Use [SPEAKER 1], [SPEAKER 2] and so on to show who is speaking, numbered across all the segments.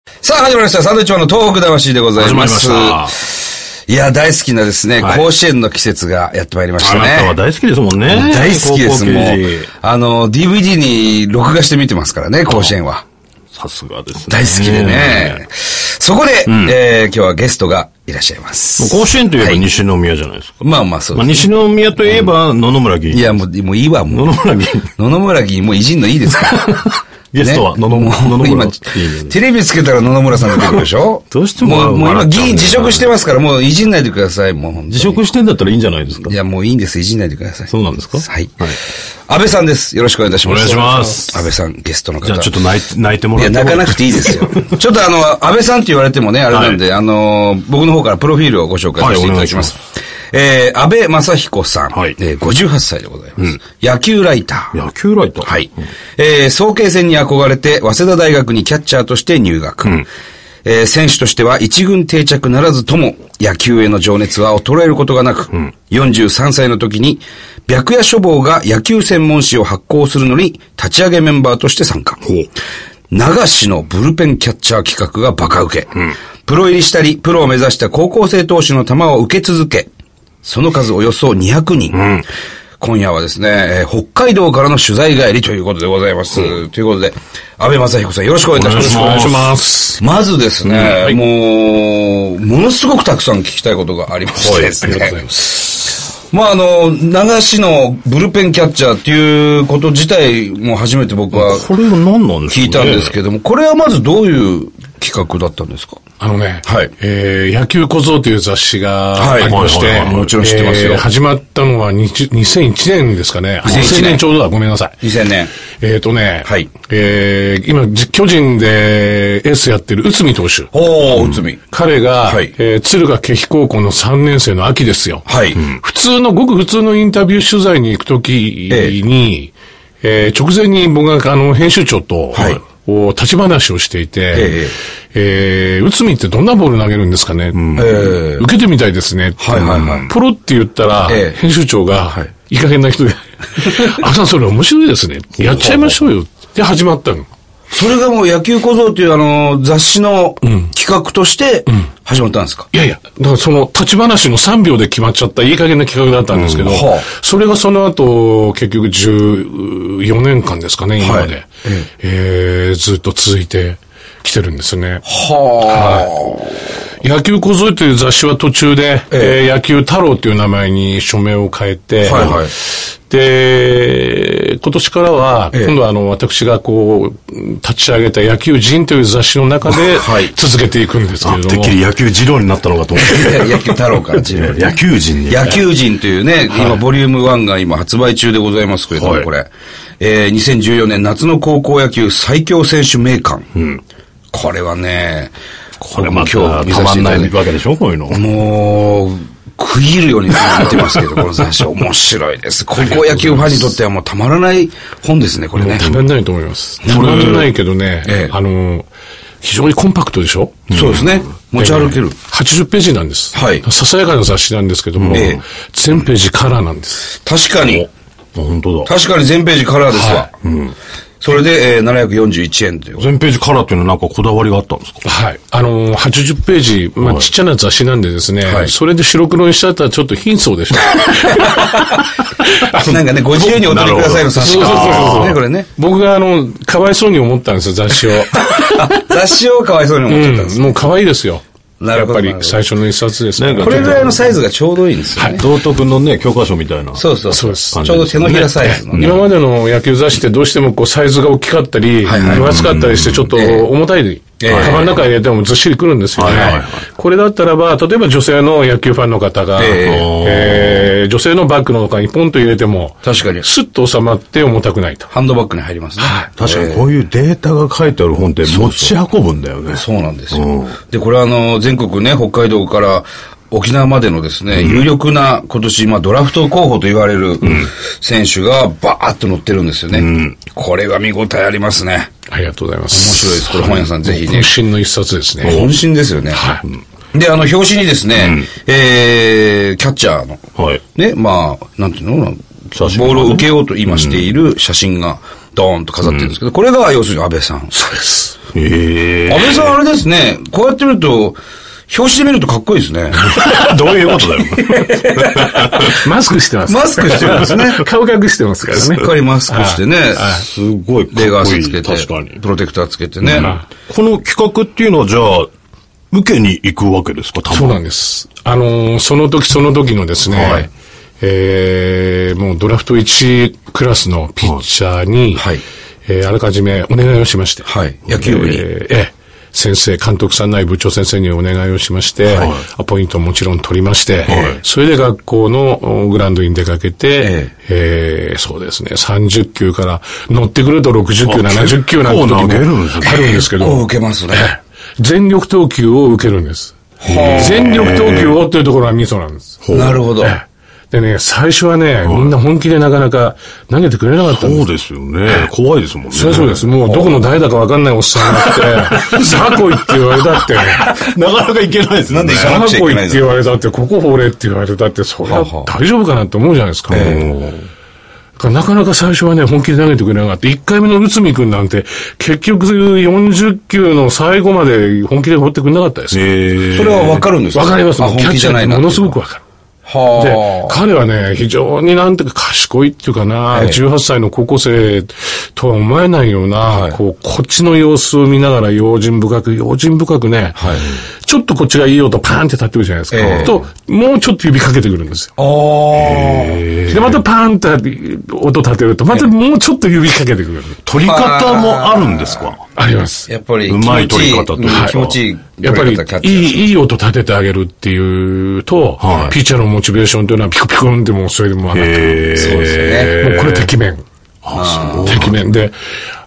[SPEAKER 1] 始まりました。サンドウィッチマンの東北魂でござい
[SPEAKER 2] 始ま
[SPEAKER 1] ま。
[SPEAKER 2] りますした。
[SPEAKER 1] いや、大好きなですね、
[SPEAKER 2] はい
[SPEAKER 1] 甲子園の季節がやってまいりまし
[SPEAKER 2] あ
[SPEAKER 1] た
[SPEAKER 2] なたは
[SPEAKER 1] ね。
[SPEAKER 2] 大好きですもんね。
[SPEAKER 1] 大好きです、
[SPEAKER 2] 高校球児
[SPEAKER 1] もう。あの、DVD に録画して見てますからね、甲子園は。
[SPEAKER 2] さすがですね。
[SPEAKER 1] 大好きでね。。そこで、えー今日はゲストがいらっしゃいます。
[SPEAKER 2] もう甲子園といえば
[SPEAKER 1] はい
[SPEAKER 2] 西宮じゃないですか。
[SPEAKER 1] まあまあ、そう
[SPEAKER 2] ま
[SPEAKER 1] で
[SPEAKER 2] あ、
[SPEAKER 1] す。
[SPEAKER 2] 西宮といえば野々村議員。
[SPEAKER 1] いや、もう、もういいわ、も
[SPEAKER 2] 野
[SPEAKER 1] う。
[SPEAKER 2] 々村議員。
[SPEAKER 1] 野々村議員、もう偉人のいいですから。
[SPEAKER 2] ゲストは
[SPEAKER 1] ね
[SPEAKER 2] 野々村
[SPEAKER 1] もう
[SPEAKER 2] 野々村
[SPEAKER 1] 今
[SPEAKER 2] 議員、
[SPEAKER 1] テレビつけたら野々村さん出てくるでしょ
[SPEAKER 2] どうしても
[SPEAKER 1] もう、もう
[SPEAKER 2] 笑
[SPEAKER 1] 今
[SPEAKER 2] っち
[SPEAKER 1] 議
[SPEAKER 2] ゃうんだよな
[SPEAKER 1] 員辞職してますから、もういじんないでください、もう本当に。
[SPEAKER 2] 辞職してんだったらいいんじゃないですか
[SPEAKER 1] い。や、もういいんです。いじんないでください。
[SPEAKER 2] そうなんですか
[SPEAKER 1] はい。
[SPEAKER 2] はい
[SPEAKER 1] 安倍さんです。よろしくお願いいたします。
[SPEAKER 2] お願いします
[SPEAKER 1] 安倍さん、ゲストの方。
[SPEAKER 2] じゃあちょっと泣いて泣いても
[SPEAKER 1] い
[SPEAKER 2] ら
[SPEAKER 1] や、
[SPEAKER 2] って。
[SPEAKER 1] 泣かなくていいです よ。ちょっとあの、安倍さんって言われてもね、あれなんで、あの、僕の方からプロフィールをご紹介させていただきます。
[SPEAKER 2] は
[SPEAKER 1] えー、安倍正彦さん、
[SPEAKER 2] はい
[SPEAKER 1] えー58歳でございます。野球ライター。
[SPEAKER 2] 野球ライト。
[SPEAKER 1] はい。えー、早慶戦に憧れて、早稲田大学にキャッチャーとして入学。えー選手としては一軍定着ならずとも、野球への情熱は衰えることがなく、43歳の時に、白夜書房が野球専門誌を発行するのに、立ち上げメンバーとして参加。流しのブルペンキャッチャー企画がバカ受け。プロ入りしたり、プロを目指した高校生投手の球を受け続け、その数およそ200人。今夜はですね、えー北海道からの取材帰りということでございます。ということで、安倍正彦さんよろしくお願いい
[SPEAKER 2] お
[SPEAKER 1] たし
[SPEAKER 2] 願
[SPEAKER 1] ま
[SPEAKER 2] い
[SPEAKER 1] す。
[SPEAKER 2] します。ます。
[SPEAKER 1] まずですね、
[SPEAKER 2] い
[SPEAKER 1] もう、ものすごくたくさん聞きたいことがありましてですね。
[SPEAKER 2] はいありがとうござい
[SPEAKER 1] まああの、流しのブルペンキャッチャーっていうこと自体も初めて僕は
[SPEAKER 2] これが何なんですか
[SPEAKER 1] 聞
[SPEAKER 2] ね
[SPEAKER 1] いたんですけども、これはまずどういう企画だったんですか
[SPEAKER 3] あのね、
[SPEAKER 1] はい
[SPEAKER 3] えー、野球小僧という雑誌があ
[SPEAKER 1] はい
[SPEAKER 3] りまして、
[SPEAKER 2] はいはいはい
[SPEAKER 1] もちろん知ってますよ
[SPEAKER 3] えー始まったのはにち2001年ですかね。あ
[SPEAKER 1] 2001年
[SPEAKER 3] 2000年ちょうどだ。ごめんなさい。
[SPEAKER 1] ?2000 年。
[SPEAKER 3] えっ、とね、
[SPEAKER 1] はい
[SPEAKER 3] えー、今、じ巨人でエースやってる内海投手。
[SPEAKER 1] おー、内海。
[SPEAKER 3] 彼が、
[SPEAKER 1] はい
[SPEAKER 3] えー敦賀気比高校の3年生の秋ですよ。
[SPEAKER 1] はい。
[SPEAKER 3] 普通の、ごく普通のインタビュー取材に行くときに、えー直前に僕があの編集長と、
[SPEAKER 1] はい
[SPEAKER 3] お立ち話をしていて
[SPEAKER 1] え、
[SPEAKER 3] えー、内海ってどんなボール投げるんですかね、
[SPEAKER 1] え
[SPEAKER 3] 受けてみたいですね。
[SPEAKER 1] はいはいはい
[SPEAKER 3] ポロって言ったら、
[SPEAKER 1] ええ
[SPEAKER 3] 編集長が、い、い加減 な人で、あさんそれ面白いですね。やっちゃいましょうよ。って始まったの。
[SPEAKER 1] それがもう野球小僧っていうあの、雑誌の企画として始まったんですか、
[SPEAKER 3] いやいや、だからその立ち話の3秒で決まっちゃったいい加減な企画だったんですけど、
[SPEAKER 1] うんはあ
[SPEAKER 3] それがその後、結局14年間ですかね、今まで。
[SPEAKER 1] はい
[SPEAKER 3] えーずっと続いてきてるんですね。
[SPEAKER 1] は
[SPEAKER 3] 野球小僧という雑誌は途中で、
[SPEAKER 1] え
[SPEAKER 3] えー野球太郎という名前に署名を変えて、
[SPEAKER 1] はいはい
[SPEAKER 3] で、今年からは、
[SPEAKER 1] ええ
[SPEAKER 3] 今度はあの、私がこう、立ち上げた野球人という雑誌の中で
[SPEAKER 1] はい、
[SPEAKER 3] 続けていくんですけ
[SPEAKER 2] あ
[SPEAKER 3] れど
[SPEAKER 2] てっ
[SPEAKER 3] も。
[SPEAKER 2] きり野球二郎になったのかと思っ
[SPEAKER 1] あ。い や野球太郎から次郎
[SPEAKER 2] て。野球人に。
[SPEAKER 1] 野球人というね、今、ボリューム1が今発売中でございますけれども、
[SPEAKER 2] はい
[SPEAKER 1] これ。えー、2014年夏の高校野球最強選手名鑑。これはね、
[SPEAKER 2] これまた
[SPEAKER 1] 僕も今日見
[SPEAKER 2] た
[SPEAKER 1] させ
[SPEAKER 2] ま
[SPEAKER 1] て
[SPEAKER 2] ん
[SPEAKER 1] いただ
[SPEAKER 2] な
[SPEAKER 1] いて
[SPEAKER 2] いわけでしょこういうの。
[SPEAKER 1] もう、食い入るように見てますけど、この雑誌面白いです。高校野球ファンにとってはもうたまらない本ですね、これね。
[SPEAKER 3] たまんないと思います。たまんないけどね、
[SPEAKER 1] ええ
[SPEAKER 3] あの、非常にコンパクトでしょ
[SPEAKER 1] そうですね。持ち歩ける。
[SPEAKER 3] 80ページなんです。
[SPEAKER 1] はい
[SPEAKER 3] ささやかな雑誌なんですけども、
[SPEAKER 1] ええ
[SPEAKER 3] 全ページカラーなんです。
[SPEAKER 1] 確かに、
[SPEAKER 2] 本当だ。
[SPEAKER 1] 確かに全ページカラーですわ。
[SPEAKER 3] は
[SPEAKER 1] それで、えー、741円ということ
[SPEAKER 2] 全ページカラーっていうのはなんかこだわりがあったんですか
[SPEAKER 3] はい。あの、80ページ、まあ、ちっちゃな雑誌なんでですね、
[SPEAKER 1] はい
[SPEAKER 3] それで白黒にしちゃったらちょっと貧 相でしょ。
[SPEAKER 1] で。なんかね、ご自由にお取りくださいの冊子
[SPEAKER 3] そうそうそうそう
[SPEAKER 1] ね、これね。
[SPEAKER 3] 僕があの、かわいそうに思ったんですよ、雑誌 を。
[SPEAKER 1] 雑誌をかわいそうに思っちゃったんです。
[SPEAKER 3] うんもう可愛いですよ。
[SPEAKER 1] なるほど
[SPEAKER 3] やっぱり最初の一冊です
[SPEAKER 2] なんか
[SPEAKER 1] これぐ
[SPEAKER 3] が
[SPEAKER 1] らいのサイズがちょうどいいんですよね。
[SPEAKER 2] 道徳のね、教科書みたいな。
[SPEAKER 1] そうそう
[SPEAKER 3] そうです
[SPEAKER 1] ちょうど手のひらサイズのね。
[SPEAKER 3] 今までの野球雑誌ってどうしてもこうサイズが大きかったり、
[SPEAKER 1] はいはい
[SPEAKER 3] 分厚かったりしてちょっと重たい、
[SPEAKER 1] ええ
[SPEAKER 3] 頭の中に入れてもずっしりくるんですよ
[SPEAKER 2] は
[SPEAKER 3] ね。
[SPEAKER 2] いはいはい
[SPEAKER 3] これだったらば、例えば女性の野球ファンの方が、
[SPEAKER 1] え
[SPEAKER 3] えー女性のバッグの中にポンと入れても、
[SPEAKER 1] 確かに。
[SPEAKER 3] スッと収まって重たくないと。
[SPEAKER 1] ハンドバッグに入りますね。
[SPEAKER 2] 確かにこういうデータが書いてある本って持ち運ぶんだよね。
[SPEAKER 1] そうなんですよ。で、これはあの、全国ね、北海道から沖縄までのですね、有力な今年、まあドラフト候補と言われる選手がバーっと乗ってるんですよね。これは見応えありますね。
[SPEAKER 3] ありがとうございま
[SPEAKER 1] 面
[SPEAKER 3] す。
[SPEAKER 1] 白いです。これ本屋さんぜひね。
[SPEAKER 3] 渾身の一冊ですね。
[SPEAKER 1] 渾身ですよね。
[SPEAKER 3] はい
[SPEAKER 1] で、あの、表紙にですね、えー、キャッチャーの、
[SPEAKER 2] はい。
[SPEAKER 1] ね、まあ、なんていうのかな
[SPEAKER 2] 写真が
[SPEAKER 1] ボー
[SPEAKER 2] ね
[SPEAKER 1] ルを受けようと今している写真が、ドーンと飾ってるんですけど、これが要するに安倍さん。そうです。
[SPEAKER 2] ええ
[SPEAKER 1] 安倍さんあれですね、こうやって見ると、表紙で見るとかっこいいですね。
[SPEAKER 2] どういうことだよ。
[SPEAKER 3] マスクしてます。
[SPEAKER 1] マスクしてるんですね。
[SPEAKER 3] 顔隠してますからね。
[SPEAKER 1] しっかりマスクしてね、
[SPEAKER 2] すごいかっこいい。
[SPEAKER 1] レガースつけ
[SPEAKER 2] 確か
[SPEAKER 1] て、
[SPEAKER 2] に。
[SPEAKER 1] プロテクターつけてね。
[SPEAKER 2] この企画っていうのはじゃあ、受けに行くわけですか、た
[SPEAKER 3] そう
[SPEAKER 2] ま
[SPEAKER 3] なんです。あのーその時その時のですね、
[SPEAKER 2] はい
[SPEAKER 3] えーもうドラフト1クラスのピッチャーに、
[SPEAKER 1] はいはい
[SPEAKER 3] えーあらかじめお願いをしまして、
[SPEAKER 1] はい野球部に
[SPEAKER 3] えーええ先生、監督さんない部長先生にお願いをしまして、
[SPEAKER 2] はい
[SPEAKER 3] アポイントをもちろん取りまし
[SPEAKER 2] は
[SPEAKER 3] て、
[SPEAKER 2] い
[SPEAKER 3] それで学校のおグラウンドに出かけて
[SPEAKER 1] え、
[SPEAKER 3] えーそうですね、30球から乗ってくると60球、
[SPEAKER 2] あ
[SPEAKER 3] 70球なんて時
[SPEAKER 2] 結
[SPEAKER 3] も
[SPEAKER 2] 構投げるんですね
[SPEAKER 3] あるんですけど、
[SPEAKER 1] こう受けますね。
[SPEAKER 3] 全力投球を受けるんです。全力投球をというところがミソなんです。
[SPEAKER 1] なるほど。
[SPEAKER 3] でね、最初はね、みんな本気でなかなか投げてくれなかったんです。
[SPEAKER 2] そうですよね。怖いですもんね。
[SPEAKER 3] そりゃそうです。もうどこの誰だかわかんないおっさんが来て、ザコイって言われたって、
[SPEAKER 2] なかなか行けないですね。
[SPEAKER 1] なんで行か
[SPEAKER 3] ザ
[SPEAKER 1] なくちゃい
[SPEAKER 3] コ
[SPEAKER 1] け
[SPEAKER 3] イ
[SPEAKER 1] ない
[SPEAKER 3] っ
[SPEAKER 1] ん
[SPEAKER 3] て言
[SPEAKER 1] だ
[SPEAKER 3] われたって、ここ掘れって言われたって、そりゃ大丈夫かなって思うじゃないですか。なかなか最初はね、本気で投げてくれなかった。1回目の内海君なんて、結局40球の最後まで本気で放ってくれなかったですよ。
[SPEAKER 2] ええ
[SPEAKER 1] それはわかるんです
[SPEAKER 3] わかります。
[SPEAKER 1] あ
[SPEAKER 3] もうキ
[SPEAKER 1] 本
[SPEAKER 3] ャッ
[SPEAKER 1] 気
[SPEAKER 3] チ
[SPEAKER 1] じ
[SPEAKER 3] ャ
[SPEAKER 1] ゃ
[SPEAKER 3] ー
[SPEAKER 1] な
[SPEAKER 3] って
[SPEAKER 1] いなっていう
[SPEAKER 3] ものすごくわかる。で
[SPEAKER 1] は、あ。
[SPEAKER 3] 彼はね、非常になんていうか賢いっていうかな、
[SPEAKER 1] ええ
[SPEAKER 3] 18歳の高校生とは思えないような、
[SPEAKER 1] はい
[SPEAKER 3] こう、こっちの様子を見ながら用心深く、用心深くね、
[SPEAKER 1] はい
[SPEAKER 3] ちょっとこっちがいいよとパーンって立ってくるじゃないですか。
[SPEAKER 1] ええ
[SPEAKER 3] と、もうちょっと指かけてくるんですよ。
[SPEAKER 1] あー
[SPEAKER 3] で、またパーンって音立てると、またもうちょっと指かけてくる。
[SPEAKER 2] 取り方もあるんですか
[SPEAKER 3] あります。
[SPEAKER 1] やっぱり、
[SPEAKER 2] うまい
[SPEAKER 1] 気持ちい
[SPEAKER 2] 取り方という
[SPEAKER 1] うん
[SPEAKER 2] か
[SPEAKER 1] 気持ちいい取
[SPEAKER 3] やっぱり
[SPEAKER 1] り方キャッ、
[SPEAKER 3] い
[SPEAKER 1] チャー
[SPEAKER 3] い、いい音立ててあげるっていうと、
[SPEAKER 2] はい
[SPEAKER 3] ピッチャーのモチベーションというのはピコピコンってもうそれでもう上がってくる
[SPEAKER 2] ええ
[SPEAKER 1] そうです
[SPEAKER 3] も
[SPEAKER 1] ね。
[SPEAKER 3] うこれ、てきめん。てきめんで、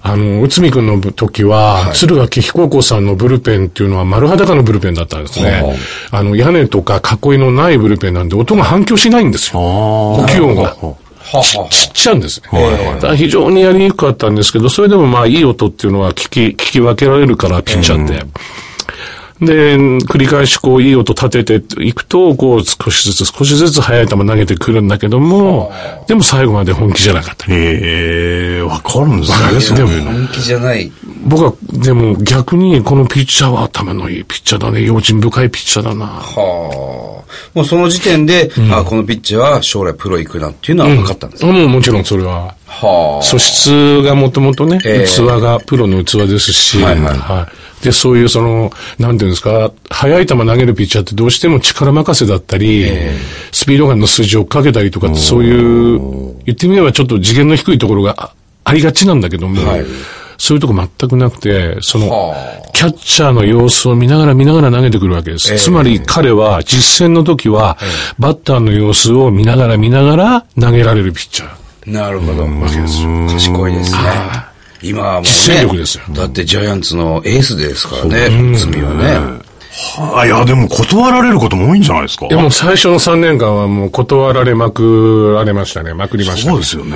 [SPEAKER 3] あの、内海君の時は、敦賀気比高校さんのブルペンっていうのは丸裸のブルペンだったんですね。あの、屋根とか囲いのないブルペンなんで音が反響しないんですよ。呼吸音が。
[SPEAKER 1] はあは
[SPEAKER 3] ちっちゃいんですね。だから非常にやりにくかったんですけど、それでもまあいい音っていうのは聞き、聞き分けられるから、ピッチャーって。で、繰り返しこう、いい音立てていくと、こう、少しずつ、少しずつ速い球投げてくるんだけども、でも最後まで本気じゃなかった。
[SPEAKER 2] ええわかるんですね。そう
[SPEAKER 3] で
[SPEAKER 2] いう
[SPEAKER 3] も
[SPEAKER 1] あ本気じゃない。
[SPEAKER 3] 僕は、でも逆に、このピッチャーは頭のいいピッチャーだね。用心深いピッチャーだな。
[SPEAKER 1] はあ。もうその時点で、あこのピッチャーは将来プロ行くなっていうのは分かったんです。
[SPEAKER 3] もうもちろんそれは。
[SPEAKER 1] はあ。
[SPEAKER 3] 素質がもともとね、
[SPEAKER 1] ええ
[SPEAKER 3] 器が、プロの器ですし、
[SPEAKER 1] はいはい
[SPEAKER 3] で、そういうその、なんていうんですか、速い球投げるピッチャーってどうしても力任せだったり、スピードガンの数字をかけたりとかって、そういう、言ってみればちょっと次元の低いところがあありがちなんだけども、
[SPEAKER 1] はい
[SPEAKER 3] そういうとこ全くなくて、その
[SPEAKER 1] は、
[SPEAKER 3] キャッチャーの様子を見ながら見ながら投げてくるわけです。つまり彼は実戦の時は、バッターの様子を見ながら見ながら投げられるピッチャー。
[SPEAKER 1] なるほど。賢いですね。今はもう、ね。
[SPEAKER 3] 実践力ですよ
[SPEAKER 1] だってジャイアンツのエースですからね、罪はね。
[SPEAKER 2] あ、いや、でも断られることも多いんじゃないですか
[SPEAKER 3] いや、もう最初の3年間はもう断られまくられましたね。まくりました、
[SPEAKER 2] そうですよね。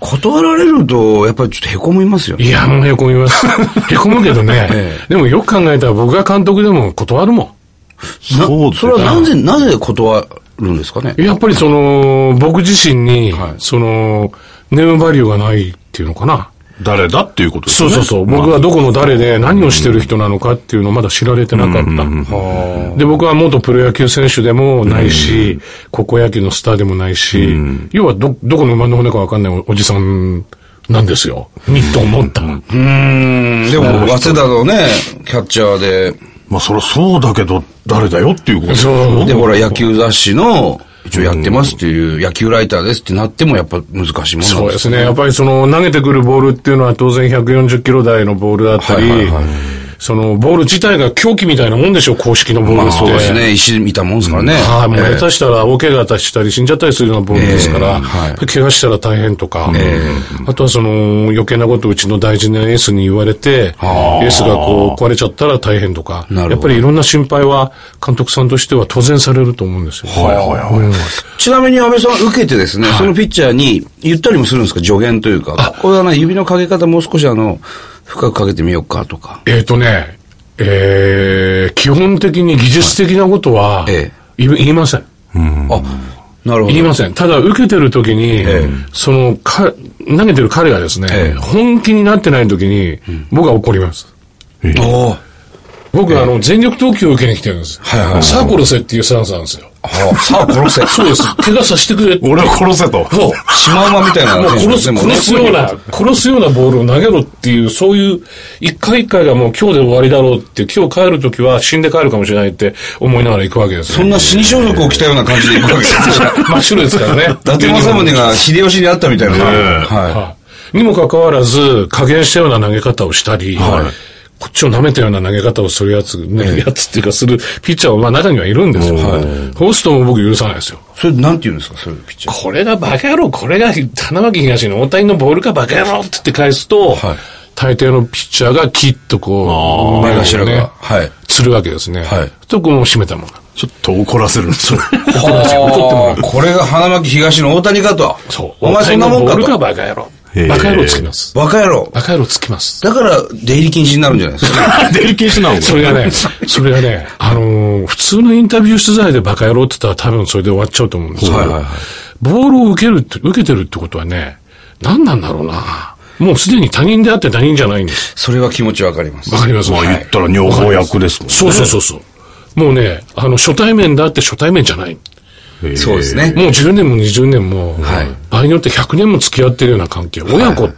[SPEAKER 1] 断られると、やっぱりちょっと凹みますよね。
[SPEAKER 3] いや、もうへこみ ます。へこむけどね、
[SPEAKER 1] え
[SPEAKER 3] でもよく考えたら僕が監督でも断るも
[SPEAKER 1] な
[SPEAKER 2] そうです
[SPEAKER 1] それ
[SPEAKER 2] よね。
[SPEAKER 1] はなぜ、なぜ断るんですかね
[SPEAKER 3] ん。。やっぱりその、僕自身に、
[SPEAKER 1] はい
[SPEAKER 3] その、ネームバリューがないっていうのかな。
[SPEAKER 2] 誰だっていうことです
[SPEAKER 3] そ
[SPEAKER 2] ね。
[SPEAKER 3] うそうそう。僕はどこの誰で何をしてる人なのかっていうのをまだ知られてなかった。で、僕は元プロ野球選手でもないし、高校野球のスターでもないし、要はど、どこの馬の骨かわかんないおおじさんなんですよ。にと思った。
[SPEAKER 1] うん、でも、早稲田のね、キャッチャーで、
[SPEAKER 2] まあ、そりゃそうだけど、誰だよっていうことですよ
[SPEAKER 3] そう
[SPEAKER 1] で、ほら、野球雑誌の、一応やってますっていう、野球ライターですってなっても、やっぱ難しいもんなん
[SPEAKER 3] そう
[SPEAKER 1] で
[SPEAKER 3] ですすね。やっぱりその投げてくるボールっていうのは当然140キロ台のボールだったり、
[SPEAKER 1] はいはいはい
[SPEAKER 3] そのボール自体が狂気みたいなもんでしょ、公式のボールって。
[SPEAKER 1] まあ、そうですね。石見たもんですからね。
[SPEAKER 3] はい、もう
[SPEAKER 1] ええ
[SPEAKER 3] 下手したら大怪我したり死んじゃったりするようなボールですから、
[SPEAKER 1] ええはい
[SPEAKER 3] 怪我したら大変とか、あとはその余計なことをうちの大事なエースに言われて、エースがこう壊れちゃったら大変とか、
[SPEAKER 1] な
[SPEAKER 3] や
[SPEAKER 1] る
[SPEAKER 3] っ
[SPEAKER 1] ほど
[SPEAKER 3] ぱりいろんな心配は監督さんとしては当然されると思うんですよ。
[SPEAKER 2] はいはいはい。
[SPEAKER 1] ちなみに安倍さん受けてですね、そのピッチャーに言ったりもするんですか助言というか。ここだな、指のかけ方もう少しあの、深くかけてみようかとか。
[SPEAKER 3] えっ、とね、えー、基本的に技術的なことは、
[SPEAKER 1] いええ
[SPEAKER 3] 言い言いません。
[SPEAKER 1] あ、なるほど。
[SPEAKER 3] 言いません。ただ、受けてる時に、その、か、投げてる彼がですね、
[SPEAKER 1] ええ
[SPEAKER 3] 本気になってない時に、僕は怒ります。
[SPEAKER 2] ええ
[SPEAKER 1] おー
[SPEAKER 3] 僕、あの、全力投球を受けに来てるんです。
[SPEAKER 1] はいはいはい
[SPEAKER 3] さあ殺せっていうスタンスなんですよ。
[SPEAKER 1] あらさあ殺せ。
[SPEAKER 3] そうです。怪我させてくれ。
[SPEAKER 2] 俺を殺せと。
[SPEAKER 3] そう。
[SPEAKER 1] シマウマみたいな
[SPEAKER 3] もう
[SPEAKER 1] 選手
[SPEAKER 3] 殺、
[SPEAKER 1] ですすね。もう
[SPEAKER 3] 殺
[SPEAKER 1] ね
[SPEAKER 3] すような、殺すようなボールを投げろっていう、そういう、一回一回がもう今日で終わりだろうって、今日帰るときは死んで帰るかもしれないって思いながら行くわけですよ。
[SPEAKER 1] そんな死に装束を着たような感じで行くわけです ね。
[SPEAKER 3] 真っ白ですからね。
[SPEAKER 1] 伊達政宗が秀吉に会ったみたいな。は
[SPEAKER 3] にもかかわらず、加減したような投げ方をしたり、こっちを舐めたような投げ方をするやつ、ね、やつっていうか、するピッチャーは、まあ中にはいるんですよ。ホーストも僕許さないですよ。
[SPEAKER 1] い。それなんて言うんですか、そういうピッチャー。
[SPEAKER 3] これがバカ野郎、これが花巻東の大谷のボールがバカ野郎って言って返すと、
[SPEAKER 1] はい
[SPEAKER 3] 大抵のピッチャーがキッとこう、
[SPEAKER 1] 前頭が
[SPEAKER 3] ね
[SPEAKER 1] はい
[SPEAKER 3] つるわけですね。
[SPEAKER 1] はい
[SPEAKER 3] と、こう締めたもんが。
[SPEAKER 2] ちょっと怒らせるん ですよ。
[SPEAKER 1] 怒ってもこれが花巻東の大谷かと。
[SPEAKER 3] そう。
[SPEAKER 1] お前そんなもんか
[SPEAKER 3] 大谷
[SPEAKER 1] と。
[SPEAKER 3] のボールがバカ野郎
[SPEAKER 2] へ。ー
[SPEAKER 3] バカ野郎つきます。
[SPEAKER 1] バカ野郎。
[SPEAKER 3] バカ野郎つき ます。
[SPEAKER 1] だから、出入り禁止になるんじゃないです か。
[SPEAKER 2] デリケーシなの
[SPEAKER 3] それがね、それがね、あのー普通のインタビュー取材でバカ野郎って言ったら多分それで終わっちゃうと思うんですけど、
[SPEAKER 1] はいはいはい
[SPEAKER 3] ボールを受けるって、受けてるってことはね、何なんだろうな。もうすでに他人であって他人じゃないんです。
[SPEAKER 1] それは気持ちわかります
[SPEAKER 3] わ。かります、
[SPEAKER 2] まあ言ったら女房役ですもんね。
[SPEAKER 3] そうそうそうそう。もうね、あの、初対面だって初対面じゃない。
[SPEAKER 2] う
[SPEAKER 1] そうです。ね。
[SPEAKER 3] もう10年も20年も、
[SPEAKER 1] はい
[SPEAKER 3] 場合によって100年も付き合ってるような関係。親子、もっ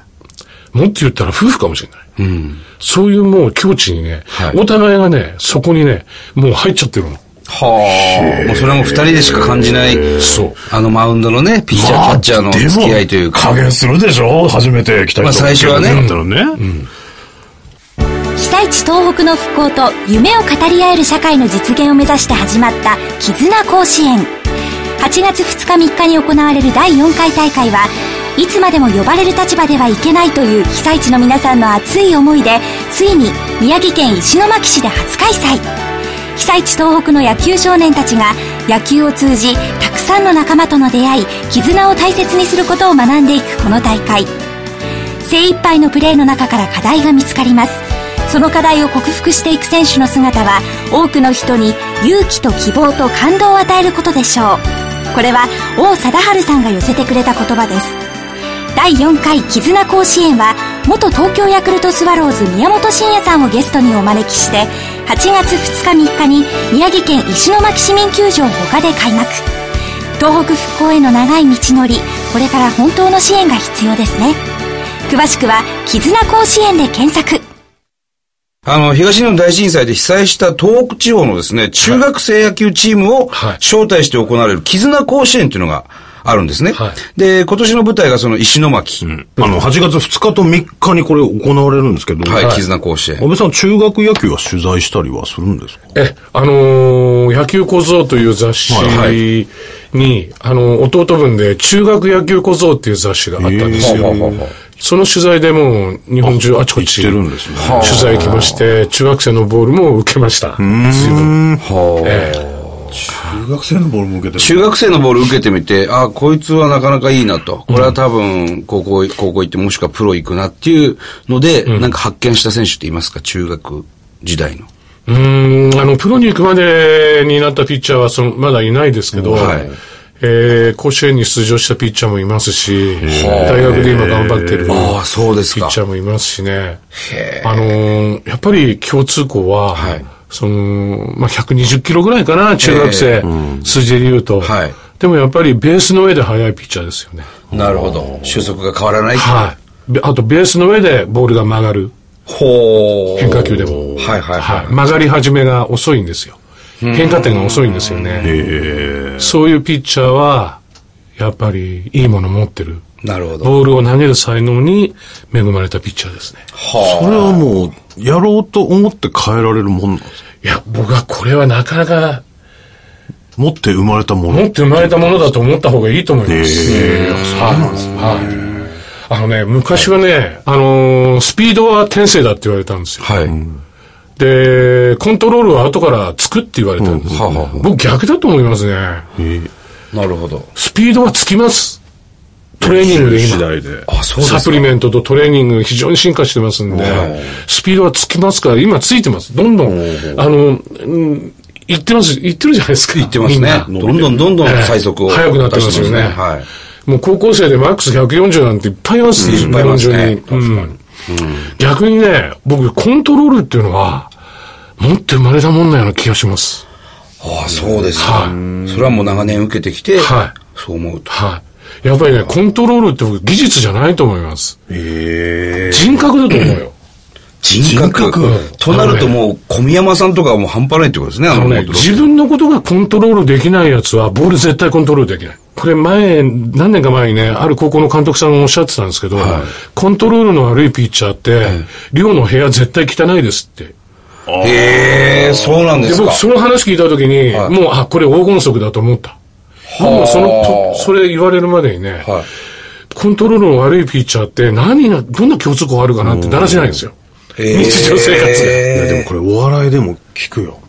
[SPEAKER 3] と言ったら夫婦かもしれない。そういうもう境地にね、
[SPEAKER 1] はい
[SPEAKER 3] お互いがね、そこにね、もう入っちゃってるの。
[SPEAKER 1] はあ。もうそれはもう二人でしか感じない。
[SPEAKER 3] そう。
[SPEAKER 1] あのマウンドのね、ピッチャー、キャッチャーの付き合いというか
[SPEAKER 2] 加。減するでしょ初めて来た人
[SPEAKER 1] まあ最初はね
[SPEAKER 2] だったらね。
[SPEAKER 4] 被災地東北の復興と夢を語り合える社会の実現を目指して始まった絆甲子園8月2日3日に行われる第4回大会はいつまでも呼ばれる立場ではいけないという被災地の皆さんの熱い思いでついに宮城県石巻市で初開催被災地東北の野球少年たちが野球を通じたくさんの仲間との出会い絆を大切にすることを学んでいくこの大会精一杯のプレーの中から課題が見つかりますその課題を克服していく選手の姿は多くの人に勇気と希望と感動を与えることでしょうこれは王貞治さんが寄せてくれた言葉です第4回絆甲子園は元東京ヤクルトスワローズ宮本慎也さんをゲストにお招きして8月2日3日に宮城県石巻市民球場他で開幕東北復興への長い道のりこれから本当の支援が必要ですね詳しくは「絆甲子園」で検索
[SPEAKER 1] あの、東日本大震災で被災した東北地方のですね、中学生野球チームを
[SPEAKER 3] はい
[SPEAKER 1] 招待して行われる絆甲子園というのがあるんですね。
[SPEAKER 3] はい
[SPEAKER 1] で、今年の舞台がその石巻。
[SPEAKER 2] あの、8月2日と3日にこれ行われるんですけど、
[SPEAKER 1] はい、
[SPEAKER 2] 安
[SPEAKER 1] 絆甲子園。
[SPEAKER 2] 倍さん、中学野球は取材したりはするんですか
[SPEAKER 3] え、あのー野球小僧という雑誌に、
[SPEAKER 1] はいは
[SPEAKER 3] あの弟分で、中学野球小僧っていう雑誌があったんですよ。
[SPEAKER 1] ほうほうほう
[SPEAKER 3] その取材でもう、日本中あちこち、
[SPEAKER 2] 行ってる
[SPEAKER 3] 取
[SPEAKER 2] んですね
[SPEAKER 3] 材来まして、中学生のボールも受けました。随分
[SPEAKER 1] はあ
[SPEAKER 3] ええ
[SPEAKER 2] 中学生のボールも受けて
[SPEAKER 1] 中学生のボール受けてみて、あ、こいつはなかなかいいなと。これは多分、高校、高校行ってもしくはプロ行くなっていうので、なんか発見した選手っていますか中学時代の。
[SPEAKER 3] うーん、あの、プロに行くまでになったピッチャーはその、まだいないですけど、
[SPEAKER 1] はい
[SPEAKER 3] えー甲子園に出場したピッチャーもいますし、大学で今頑張ってるピ
[SPEAKER 1] ああ、
[SPEAKER 3] ッ
[SPEAKER 1] そうですか
[SPEAKER 3] チ。ャーもいますしね。あのーやっぱり共通項は、
[SPEAKER 1] はい
[SPEAKER 3] その、まあ、120キロぐらいかな、中学生、数字で言うと、
[SPEAKER 1] はい
[SPEAKER 3] でもやっぱりベースの上で速いピッチャーですよね。
[SPEAKER 1] なるほど。収束が変わらない。
[SPEAKER 3] はい。べあと、ベースの上でボールが曲がる。
[SPEAKER 1] ほう。
[SPEAKER 3] 変化球でも。
[SPEAKER 1] はいはいはい。
[SPEAKER 3] 曲がり始めが遅いんですよ。変化点が遅いんですよね。そういうピッチャーは、やっぱりいいもの持ってる。
[SPEAKER 1] なるほど。
[SPEAKER 3] ボールを投げる才能に恵まれたピッチャーですね。
[SPEAKER 2] それはもう、やろうと思って変えられるもんなんですか
[SPEAKER 3] いや、僕はこれはなかなか
[SPEAKER 2] 持って生まれたもの。
[SPEAKER 3] 持って生まれたものだと思った方がいいと思います。
[SPEAKER 2] へー
[SPEAKER 3] そうなんですね。はいあのね、昔はね、あのースピードは天性だって言われたんですよ。
[SPEAKER 1] はい。
[SPEAKER 3] で、コントロールは後からつくって言われたんですよ。
[SPEAKER 1] うんはあはあ
[SPEAKER 3] 僕逆だと思いますね。
[SPEAKER 1] なるほど。
[SPEAKER 3] スピードはつきます。トレーニングで
[SPEAKER 2] 次
[SPEAKER 3] 今。
[SPEAKER 2] 第で。
[SPEAKER 1] あ、そうですか。
[SPEAKER 3] サプリメントとトレーニング非常に進化してますんで
[SPEAKER 1] はい、
[SPEAKER 3] スピードはつきますから、今ついてます。どんどん、あの、うんいってます、いってるじゃないですか。い
[SPEAKER 1] 言ってますね。
[SPEAKER 3] みんな
[SPEAKER 1] どんどんどんどん最速を
[SPEAKER 3] ええ速くなってますよね
[SPEAKER 1] 出してはい。
[SPEAKER 3] もう高校生でマックス140なんていっぱいいます
[SPEAKER 1] いっぱいいますね
[SPEAKER 3] 日本中にうん逆にね、僕、コントロールっていうのは、持って生まれたもんなような気がします。
[SPEAKER 1] ああ、そうですか。
[SPEAKER 3] は
[SPEAKER 1] それはもう長年受けてきて、
[SPEAKER 3] は
[SPEAKER 1] そう思うと。
[SPEAKER 3] はい。やっぱりね、コントロールって僕、技術じゃないと思います。人格だと思うよ。
[SPEAKER 1] 人格。
[SPEAKER 2] 人格
[SPEAKER 1] となるともう、小宮山さんとかはもう半端ないってことですね、あ
[SPEAKER 3] あ
[SPEAKER 1] の
[SPEAKER 3] のね、
[SPEAKER 1] コントロール
[SPEAKER 3] 自分のことがコントロールできないやつは、ボール絶対コントロールできない。これ前、何年か前にね、ある高校の監督さんがおっしゃってたんですけど、コントロールの悪いピッチャーって、寮の部屋絶対汚いですって。
[SPEAKER 1] へえ、そうなんで
[SPEAKER 3] です
[SPEAKER 1] か
[SPEAKER 3] 僕、。その話聞いたときに、
[SPEAKER 1] はい
[SPEAKER 3] もう、あ、これ黄金足だと思った。もうそのと、それ言われるまでにね、
[SPEAKER 1] はい
[SPEAKER 3] コントロールの悪いピッチャーって何が、どんな共通項あるかなってだらしないんですよ。
[SPEAKER 1] へー
[SPEAKER 3] 日常生活が
[SPEAKER 2] いや、でもこれお笑いでも聞くよ。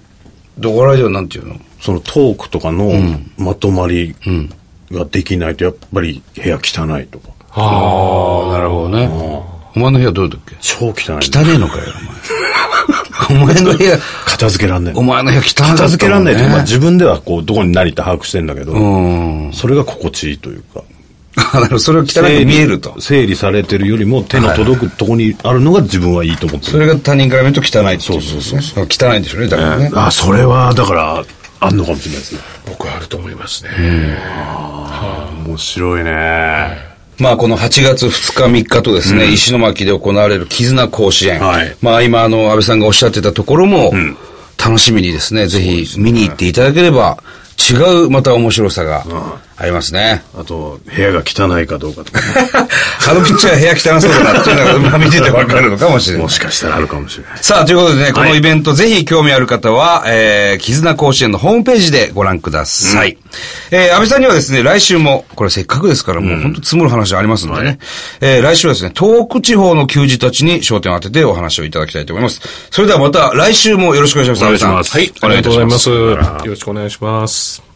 [SPEAKER 1] どこらではなんていうの
[SPEAKER 2] そのトークとかのまとまりができないと、やっぱり部屋汚いとか。
[SPEAKER 1] ああ、なるほどね。お前の部屋どうだっけ
[SPEAKER 2] 超汚い。
[SPEAKER 1] 汚ねえのかよ、お前。お前の部屋、
[SPEAKER 2] 片付けらんない。
[SPEAKER 1] お前の部屋汚かったもんね
[SPEAKER 2] 片付けらんないというか、まあ自分ではこう、どこに何って把握してんだけど、
[SPEAKER 1] うん。
[SPEAKER 2] それが心地いいというか。
[SPEAKER 1] あなるほどそれを汚く見えると。
[SPEAKER 2] 整理されてるよりも手の届くとこにあるのが自分はいいと思って
[SPEAKER 1] そ
[SPEAKER 2] る。
[SPEAKER 1] れが他人から見ると汚いっていう、ね。そうそうそう。汚いんでしょうね、だからね。
[SPEAKER 2] あ、それは、だから、あんのかもしれないですね。
[SPEAKER 3] 僕はあると思いますね。
[SPEAKER 2] 面白いね。
[SPEAKER 1] まあ、この8月2日3日とですね、石巻で行われる絆甲子園。
[SPEAKER 2] はい
[SPEAKER 1] まあ、今、あの、安倍さんがおっしゃってたところも、楽しみにですね、ぜひ見に行っていただければ、違うまた面白さがありますね。
[SPEAKER 2] あと、部屋が汚いかどうかとか、
[SPEAKER 1] あのピッチャー部屋汚そうだなっていうのが、まあ見ててわかるのかもしれない
[SPEAKER 2] も。しかしたらあるかもしれない。
[SPEAKER 1] さあ、ということでね、このイベント、ぜひ興味ある方は、えー、絆甲子園のホームページでご覧ください。えー、安倍さんにはですね、来週も、これせっかくですから、もう本当積もる話ありますのでね、えー、来週はですね、東北地方の球児たちに焦点を当ててお話をいただきたいと思います。 それではまた来週もよろしくお願いします。
[SPEAKER 2] お願いします
[SPEAKER 1] 安倍さん
[SPEAKER 3] ありがとうございます。
[SPEAKER 1] お願いいたし
[SPEAKER 3] よろしくお願いします。